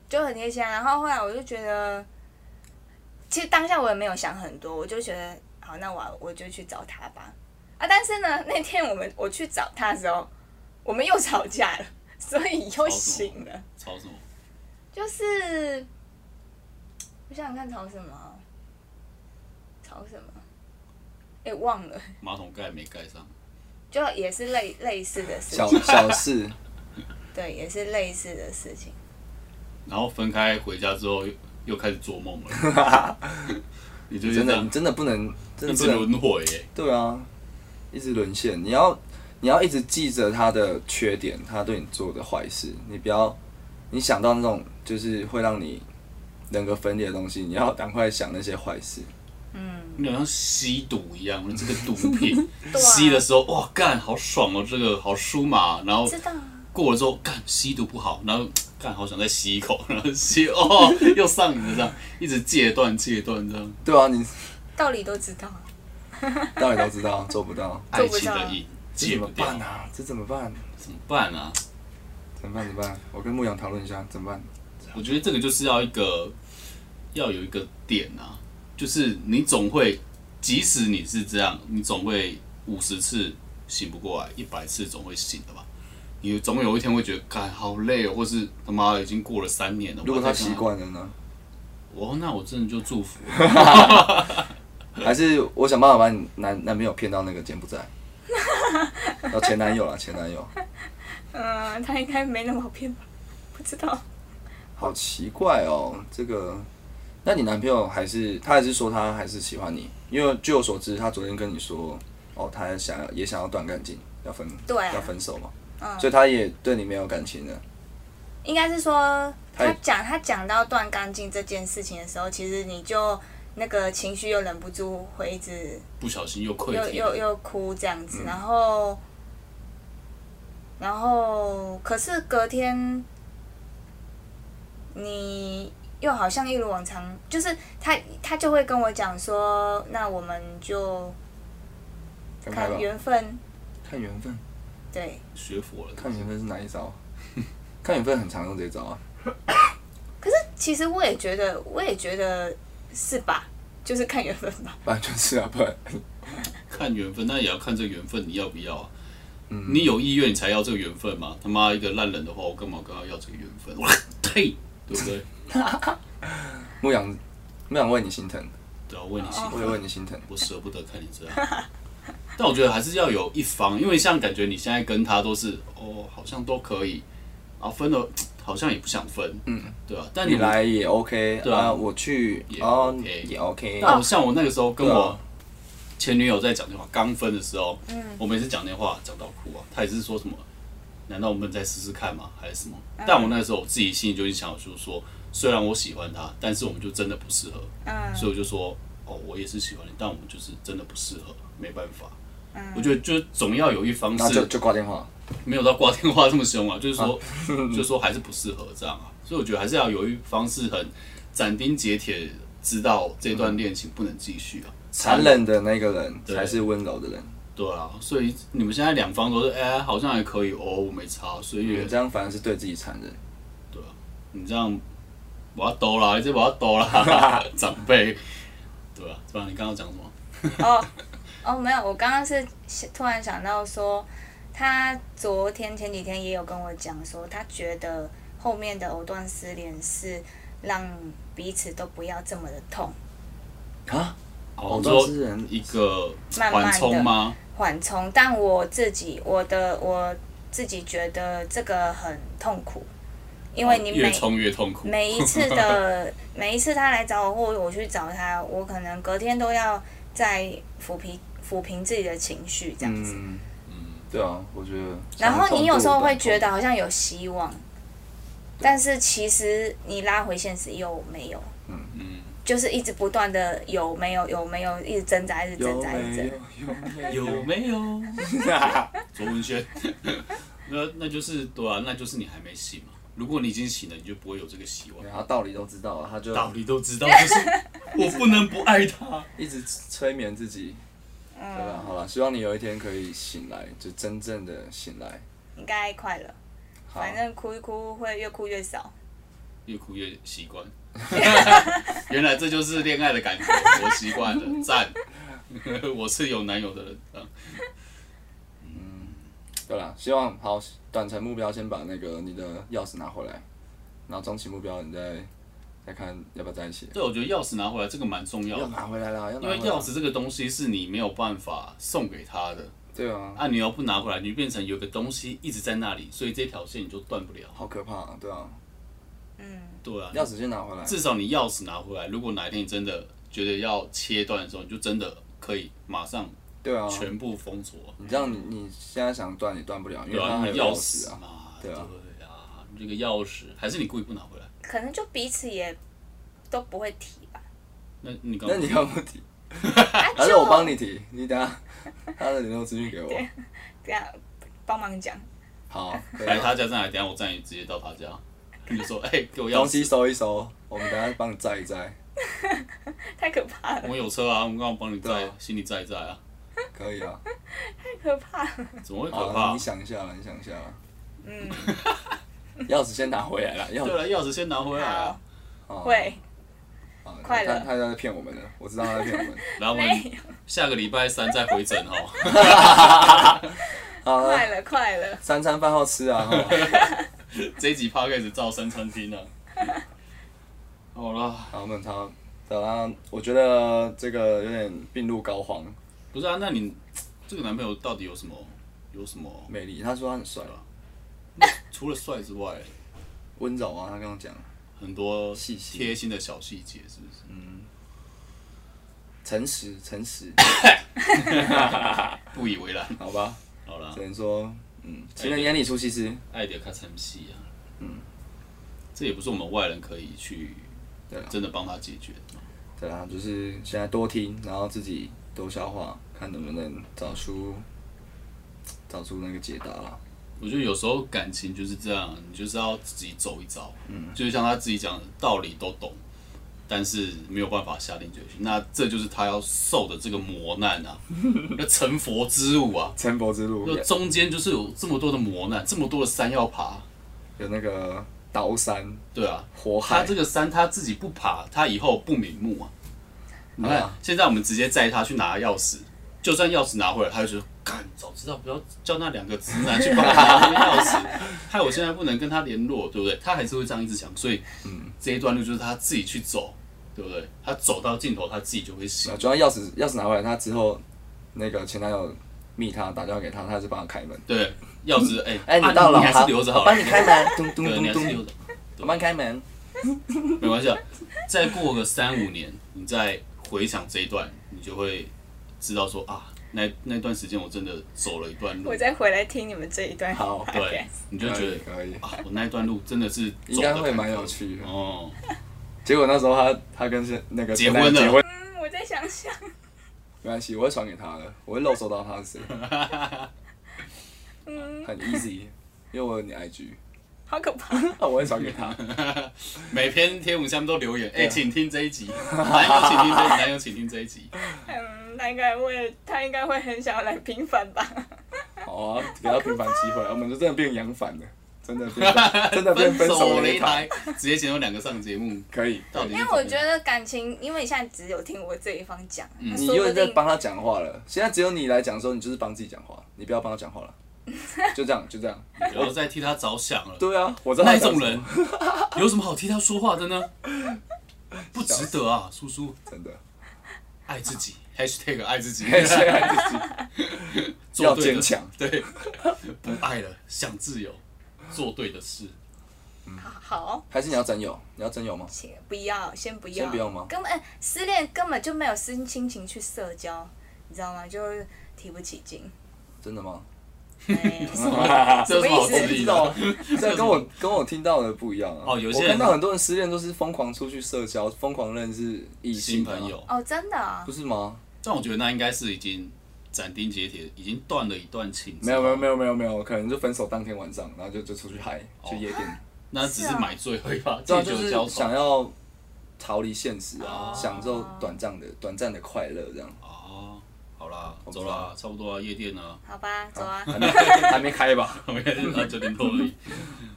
Speaker 3: 就很贴心啊。然后后来我就觉得，其实当下我也没有想很多，我就觉得好，那我我就去找他吧。啊，但是呢，那天我们我去找他的时候，我们又吵架了，所以又
Speaker 1: 么
Speaker 3: 醒了。
Speaker 1: 吵什么？
Speaker 3: 就是我想想看吵什么啊，吵什么？哎、忘了，
Speaker 1: 马桶盖没盖上，
Speaker 3: 就也是类类似的 事
Speaker 2: 小
Speaker 3: 情，
Speaker 2: 小事，
Speaker 3: 对，也是类似的事情。
Speaker 1: 然后分开回家之后又又开始做梦了。 你就是
Speaker 2: 真
Speaker 1: 这
Speaker 2: 的你
Speaker 1: 样
Speaker 2: 真的不能，真
Speaker 1: 一
Speaker 2: 的不
Speaker 1: 直
Speaker 2: 能，
Speaker 1: 轮回耶，
Speaker 2: 对啊，一直沦陷。你要你要一直记着他的缺点，他对你做的坏事，你不要你想到那种就是会让你人格分裂的东西，你要赶快想那些坏事。
Speaker 3: 嗯，
Speaker 1: 你好像吸毒一样，这个毒 品
Speaker 3: 啊
Speaker 1: 吸的时候，哇干，好爽哦，这个好舒麻，然后
Speaker 3: 知道啊。
Speaker 1: 过了之后，干吸毒不好，然后干好想再吸一口， 然后吸 哦又上瘾了，这样一直戒断戒断这样，
Speaker 2: 对啊，你
Speaker 3: 道理都知道啊，
Speaker 2: 道理都知道， 做不到，
Speaker 1: 爱情的瘾
Speaker 2: 这
Speaker 1: 戒
Speaker 2: 怎
Speaker 1: 不
Speaker 2: 么
Speaker 1: 掉，
Speaker 2: 办啊？这怎么办？
Speaker 1: 怎么办啊？
Speaker 2: 怎么办？怎么办？我跟牧羊讨论一下，怎么办？
Speaker 1: 我觉得这个就是要一个要有一个点啊，就是你总会，即使你是这样，你总会五十次醒不过来，一百次总会醒的吧。你总有一天会觉得，干好累哦，或是他妈的已经过了三年了。
Speaker 2: 如
Speaker 1: 我
Speaker 2: 果他
Speaker 1: 还在干
Speaker 2: 习
Speaker 1: 嘛，
Speaker 2: 惯了呢？
Speaker 1: 哦，那我真的就祝福。
Speaker 2: 还是我想办法把你男男朋友骗到那个柬埔寨，哦，前男友啦，前男友，
Speaker 3: 嗯，他应该没那么好骗吧？ 不知道，
Speaker 2: 好奇怪哦，这个，那你男朋友还是他还是说他还是喜欢你？因为据我所知，他昨天跟你说，哦，他想要也想要断干净，要分，
Speaker 3: 对啊
Speaker 2: 要分手嘛，
Speaker 3: 嗯
Speaker 2: 所以他也对你没有感情了。
Speaker 3: 应该是说
Speaker 2: 他
Speaker 3: 他讲他讲到断干净这件事情的时候，其实你就那个情绪又忍不住会一直
Speaker 1: 不小心又溃
Speaker 3: 又
Speaker 1: 堤，
Speaker 3: 又又哭这样
Speaker 2: 嗯
Speaker 3: 子，然后，然后可是隔天，你又好像一如往常，就是他他就会跟我讲说，那我们就
Speaker 2: 分开吧
Speaker 3: 看，缘分，
Speaker 2: 看缘分，
Speaker 3: 对，
Speaker 1: 学佛了。
Speaker 2: 看缘分是哪一招？ 看缘分很常用这一招啊。
Speaker 3: 其实我也觉得，我也觉得是吧，就是看缘分 吧，
Speaker 2: 不然就是啊，不然
Speaker 1: 看缘分，那也要看这个缘分你要不要啊。 你有意愿你才要这个缘分嘛？他妈一个烂人的话，我干嘛跟他要这个缘分？ 我呸，对不对？
Speaker 2: 牧羊牧羊为你心疼，
Speaker 1: 对啊，为你心
Speaker 2: 我也为你心疼。
Speaker 1: 我舍不得看你这样。但我觉得还是要有一方，因为像感觉你现在跟他都是哦，好像都可以，啊分了好像也不想分，嗯，对啊。但
Speaker 2: 你
Speaker 1: 你，
Speaker 2: 来也 OK，
Speaker 1: 对啊
Speaker 2: 我去
Speaker 1: 也
Speaker 2: 哦
Speaker 1: OK
Speaker 2: 也 OK，
Speaker 1: 但我像我那个时候跟
Speaker 2: 对
Speaker 1: 我
Speaker 2: 啊
Speaker 1: 前女友在讲电话，刚分的时候，我每次讲电话讲到哭啊，她也是说什么，难道我们再试试看吗？还是什么？但我那个时候我自己心里就已经想好，就是说，虽然我喜欢他，但是我们就真的不适合，
Speaker 3: 嗯
Speaker 1: 所以我就说，哦，我也是喜欢你，但我们就是真的不适合，没办法。我觉得就总要有一方
Speaker 2: 然后就是就挂电话。
Speaker 1: 没有到挂电话这么凶啊，就是 说，就是说还是不适合这样啊，所以我觉得还是要有一方是很斩钉截铁知道这段恋情不能继续啊。
Speaker 2: 残忍的那个人
Speaker 1: 对
Speaker 2: 才是温柔的人。
Speaker 1: 对啊，所以你们现在两方都是哎、好像还可以哦，我没差，所以
Speaker 2: 嗯你这样反而是对自己残忍。
Speaker 1: 你这样我要兜啦，你这我要兜啦， 长辈，对啊，不然你刚刚讲什么？
Speaker 3: 哦哦，没有，我刚刚是想突然想到说，他昨天前几天也有跟我讲说，他觉得后面的藕断丝连是让彼此都不要这么的痛，
Speaker 2: 啊，
Speaker 1: 哦，
Speaker 2: 藕
Speaker 1: 你
Speaker 2: 断
Speaker 1: 说
Speaker 2: 丝连
Speaker 1: 一个
Speaker 3: 慢慢
Speaker 1: 缓冲
Speaker 3: 地
Speaker 1: 吗？
Speaker 3: 缓冲。但我自己，我的我自己觉得这个很痛苦，因为你
Speaker 1: 哦越
Speaker 3: 每
Speaker 1: 冲越痛苦，
Speaker 3: 每一次的每一次他来找我，或者我去找他，我可能隔天都要再抚平抚平自己的情绪，这样子。
Speaker 2: 嗯嗯，对啊，我觉得。
Speaker 3: 然后你有时候会觉
Speaker 2: 得，
Speaker 3: 得好像有希望，但是其实你拉回现实又没有，
Speaker 1: 嗯，
Speaker 3: 就是一直不断的有没有有没有一直挣扎，一直挣
Speaker 2: 有
Speaker 3: 扎，一直
Speaker 2: 没
Speaker 3: 挣
Speaker 2: 有
Speaker 3: 扎。？
Speaker 1: 有没 有？
Speaker 2: 有
Speaker 1: 卓文萱， 那那就是对啊，那就是你还没醒嘛。如果你已经醒了，你就不会有这个希望。
Speaker 2: 然后道理都知道了，他就
Speaker 1: 道理都知道，就是 我不能不爱他。
Speaker 2: 一直催眠自己。
Speaker 3: 嗯
Speaker 2: 对吧？好了，希望你有一天可以醒来，就真正的醒来。
Speaker 3: 应该快了，
Speaker 2: 好，
Speaker 3: 反正哭一哭会越哭越少。
Speaker 1: 越哭越习惯， 原来这就是恋爱的感觉，我习惯了，赞。 我是有男友的人，啊
Speaker 2: 对了，希望好短程目标先把那个你的钥匙拿回来，然后中期目标你再再看要不要在一起。
Speaker 1: 对，我觉得钥匙拿回来这个蛮重要
Speaker 2: 要
Speaker 1: 的，
Speaker 2: 拿回来啦，要拿
Speaker 1: 因
Speaker 2: 回
Speaker 1: 为
Speaker 2: 来。
Speaker 1: 钥匙这个东西是你没有办法送给他的，
Speaker 2: 对啊，
Speaker 1: 啊，你要不拿回来，你就变成有个东西一直在那里，所以这条线你就断不了。
Speaker 2: 好可怕啊！对啊，
Speaker 3: 嗯，
Speaker 1: 对啊，
Speaker 2: 钥匙先拿回来。
Speaker 1: 至少你钥匙拿回来，如果哪一天你真的觉得要切断的时候，你就真的可以马上
Speaker 2: 对啊，
Speaker 1: 全部封锁，
Speaker 2: 你这样你你现在想断也断不了，因为
Speaker 1: 对啊，
Speaker 2: 它
Speaker 1: 因
Speaker 2: 还
Speaker 1: 为
Speaker 2: 有
Speaker 1: 钥
Speaker 2: 匙啊。
Speaker 1: 嘛，
Speaker 2: 对啊
Speaker 1: 对啊，这个钥匙还是你故意不拿回来。
Speaker 3: 可能就彼此也都不会提 吧。
Speaker 1: 那你刚
Speaker 2: 那你要不提？
Speaker 3: 啊，
Speaker 2: 还是
Speaker 3: 就
Speaker 2: 我帮你提？你等下他的联络资讯给我。
Speaker 3: 这样帮忙讲。
Speaker 2: 好，可以
Speaker 1: 来
Speaker 2: 啊
Speaker 1: 哎他家再来，等一下我载你直接到他家， 你就说哎、给我钥
Speaker 2: 东西
Speaker 1: 匙，
Speaker 2: 收一收，我们等下帮你载一载，
Speaker 3: 太可怕了，
Speaker 1: 我有车啊，我刚刚帮你
Speaker 2: 对
Speaker 1: 载
Speaker 2: 啊，
Speaker 1: 心里载一载啊，
Speaker 2: 可以啊。
Speaker 3: 太可怕了。
Speaker 1: 怎么会可
Speaker 2: 好
Speaker 1: 怕
Speaker 2: 啊，你？想一下啦，你想一下啦。
Speaker 3: 嗯，
Speaker 2: 钥匙先拿回来了，
Speaker 1: 对
Speaker 2: 钥匙。
Speaker 1: 了，钥匙先拿回来啊，
Speaker 2: 哦
Speaker 3: 会。
Speaker 2: 啊
Speaker 3: 快了
Speaker 2: 他他在骗我们了，我知道他在骗我们。
Speaker 1: 然后我
Speaker 3: 没
Speaker 1: 们下个礼拜三再回诊哦。
Speaker 2: 好
Speaker 3: 快
Speaker 2: 了，
Speaker 3: 了，快了。
Speaker 2: 三餐饭后吃 啊。哈
Speaker 1: 这一集 p o d c a s 照三餐厅了。好了，
Speaker 2: 好，我们他，等下我觉得这个有点病入膏肓
Speaker 1: 不是啊，那你这个男朋友到底有什么有什么？
Speaker 2: 魅力。他说他很帅啊，
Speaker 1: 除了帅之外，
Speaker 2: 温柔啊，他跟我讲，
Speaker 1: 很多
Speaker 2: 细心
Speaker 1: 贴心的小细节，是不是？
Speaker 2: 诚实诚实，
Speaker 1: 不以为然。
Speaker 2: 好吧，
Speaker 1: 好了
Speaker 2: 只，能说，嗯，情人眼里出西施。
Speaker 1: 爱得看参戏啊。嗯，这也不是我们外人可以去
Speaker 2: 对啦
Speaker 1: 真的帮他解决的嘛。
Speaker 2: 对啊，就是现在多听，然后自己多消化，看能不能找出找出那个解答啦。
Speaker 1: 我觉得有时候感情就是这样，你就是要自己走一遭。嗯，就像他自己讲的，道理都懂，但是没有办法下定决心。那这就是他要受的这个磨难 啊，那成佛之路啊。
Speaker 2: 陈伯之路
Speaker 1: 就
Speaker 2: 有
Speaker 1: 中间就是有这么多的磨难，这么多的山要爬，
Speaker 2: 有那个刀山
Speaker 1: 对啊，
Speaker 2: 火
Speaker 1: 他
Speaker 2: 海
Speaker 1: 这，个山他自己不爬，他以后不瞑目啊。你看，
Speaker 2: 啊
Speaker 1: 现在我们直接载他去拿钥匙，就算钥匙拿回来，他就觉得，干，早知道不要叫那两个直男去帮我拿那个钥 匙，害我现在不能跟他联络，对不对？他还是会这样一直想，所以，嗯，这一段路就是他自己去走，对不对？他走到尽头，他自己就会醒
Speaker 2: 啊。主要钥匙钥匙拿回来，他之后那个前男友密他打电话给他，他还是帮他开门。
Speaker 1: 对，钥匙，哎、
Speaker 2: 哎、
Speaker 1: 啊
Speaker 2: 你到了，
Speaker 1: 你还
Speaker 2: 好
Speaker 1: 是留着
Speaker 2: 我
Speaker 1: 好了，
Speaker 2: 帮你开门，咚 咚
Speaker 1: 对，你
Speaker 2: 咚
Speaker 1: 还是留
Speaker 2: 咚，
Speaker 1: 着。
Speaker 2: 我帮你开门。
Speaker 1: 没关系，啊，再过个三五年，你再回想这一段，你就会知道说啊，那那段时间我真的走了一段路
Speaker 3: 我，再回来听你们这一段。
Speaker 2: 好
Speaker 1: 对，你就觉得
Speaker 2: 可以，
Speaker 1: 啊，我那一段路真的是
Speaker 2: 应
Speaker 1: 走
Speaker 2: 该
Speaker 1: 的
Speaker 2: 会蛮有趣的。
Speaker 1: 哦，
Speaker 2: 结果那时候他他跟是那个
Speaker 1: 结婚了
Speaker 2: 结婚
Speaker 3: 嗯，我再想想。
Speaker 2: 没关系，我会传给 他的，我会漏收到他是谁，
Speaker 3: 嗯，
Speaker 2: 很 easy，因为我有你 IG。
Speaker 3: 好可怕！
Speaker 2: 那我会转给 他。
Speaker 1: 每篇贴文下面都留言，哎、
Speaker 2: 啊
Speaker 1: 请听这一集，男友请听这一集，男友请听这一集，
Speaker 3: 嗯，他应该会，他应该会很想要来平反吧？
Speaker 2: 好啊，给他平反机会，我们就真的变杨反了，真的变反真的变分手擂
Speaker 1: 擂
Speaker 2: 台，
Speaker 1: 台，直接请有两个上节目，
Speaker 2: 可以。
Speaker 1: 到底
Speaker 3: 因
Speaker 1: 是
Speaker 3: 为
Speaker 1: 怎么
Speaker 3: 我
Speaker 1: 样
Speaker 3: 觉得感情，因为你现在只有听我这一方讲，那
Speaker 2: 嗯你
Speaker 3: 说
Speaker 2: 又
Speaker 3: 不
Speaker 2: 在
Speaker 3: 定
Speaker 2: 帮他讲话了，现在只有你来讲的时候，你就是帮自己讲话，你不要帮他讲话 了，就这样，就这样。
Speaker 1: 不要再替他着想了。
Speaker 2: 对啊，我知道
Speaker 1: 那
Speaker 2: 他讲
Speaker 1: 种
Speaker 2: 什
Speaker 1: 人
Speaker 2: 么
Speaker 1: 有什么好替他说话的 呢？不值得啊，叔叔，
Speaker 2: 真的，
Speaker 1: 爱自己，#hashtag 爱自己，
Speaker 2: 现在自己
Speaker 1: 做
Speaker 2: 要
Speaker 1: 对
Speaker 2: 坚
Speaker 1: 的
Speaker 2: 强，
Speaker 1: 对， 不爱了，想自由，做对的事，
Speaker 3: 好。
Speaker 2: 还是你要真有，你要真有吗？
Speaker 3: 请不要，先不要，
Speaker 2: 先不要吗
Speaker 3: 根本、哎失恋根本就没有心心情去社交，你知道吗？就提不起 劲。
Speaker 2: 真的吗？啊
Speaker 3: 哎
Speaker 1: 这有什么好
Speaker 3: 什么
Speaker 1: 质
Speaker 3: 意思
Speaker 2: 不
Speaker 1: 疑
Speaker 2: 知
Speaker 1: 的
Speaker 2: 道？， 这跟我跟我听到的不一样啊。
Speaker 1: 啊哦有些
Speaker 2: 我
Speaker 1: 人
Speaker 2: 看到很多人失恋都是疯狂出去社交，疯狂认识异性
Speaker 1: 新
Speaker 2: 啊
Speaker 1: 朋，友，
Speaker 3: 哦，真的啊
Speaker 2: 不，是吗？
Speaker 1: 但我觉得那应该是已经斩钉截铁，已经断了一段情。
Speaker 2: 没有没有没有没有没有，可能就分手当天晚上，然后就就出去嗨，去夜店，
Speaker 1: 那只是买醉而已吧，
Speaker 2: 这
Speaker 1: 哦借
Speaker 2: 样
Speaker 1: 酒
Speaker 2: 啊就是
Speaker 1: 浇愁
Speaker 2: 想。要逃离现实
Speaker 1: 哦
Speaker 2: 啊，享受短暂的短暂的快乐这样。
Speaker 1: 哦，好啦，
Speaker 2: 不
Speaker 1: 走
Speaker 2: 知
Speaker 1: 啦
Speaker 2: 道，
Speaker 1: 差不多啊，夜店啊，
Speaker 3: 好吧，走啊，
Speaker 2: 还没还没开吧？
Speaker 1: 我们也是到九点多而已。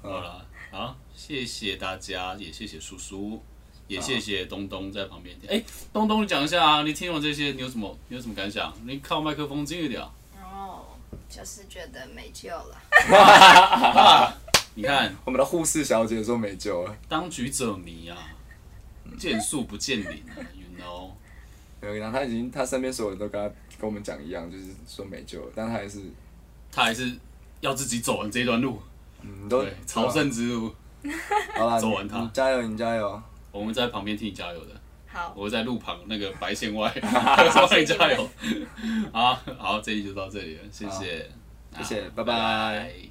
Speaker 1: 好啦，好，谢谢大家，也谢谢叔叔，也谢谢东东在旁边。哎、东东，你讲一下啊，你听完这些，你有什么你有什么感想？你靠麦克风近一点啊。
Speaker 4: 然后就是觉得没救了。
Speaker 1: 你看，
Speaker 2: 我们的护士小姐说没救了，
Speaker 1: 当局者迷啊，见树不见林啊，you know。
Speaker 2: 没有跟她，她已经她身边所有人都跟她跟我们讲一样，就是说没救了，但她还是
Speaker 1: 他还是要自己走完这段路，
Speaker 2: 嗯都
Speaker 1: 对，朝圣之路，
Speaker 2: 好啦，
Speaker 1: 走完它
Speaker 2: 你你加油，你加油。
Speaker 1: 我们在旁边替你加油的。
Speaker 3: 好，
Speaker 1: 我在路旁那个白线 外，帮你加油。好好，这一集就到这里了，谢谢，
Speaker 2: 谢谢
Speaker 1: 好
Speaker 2: 拜拜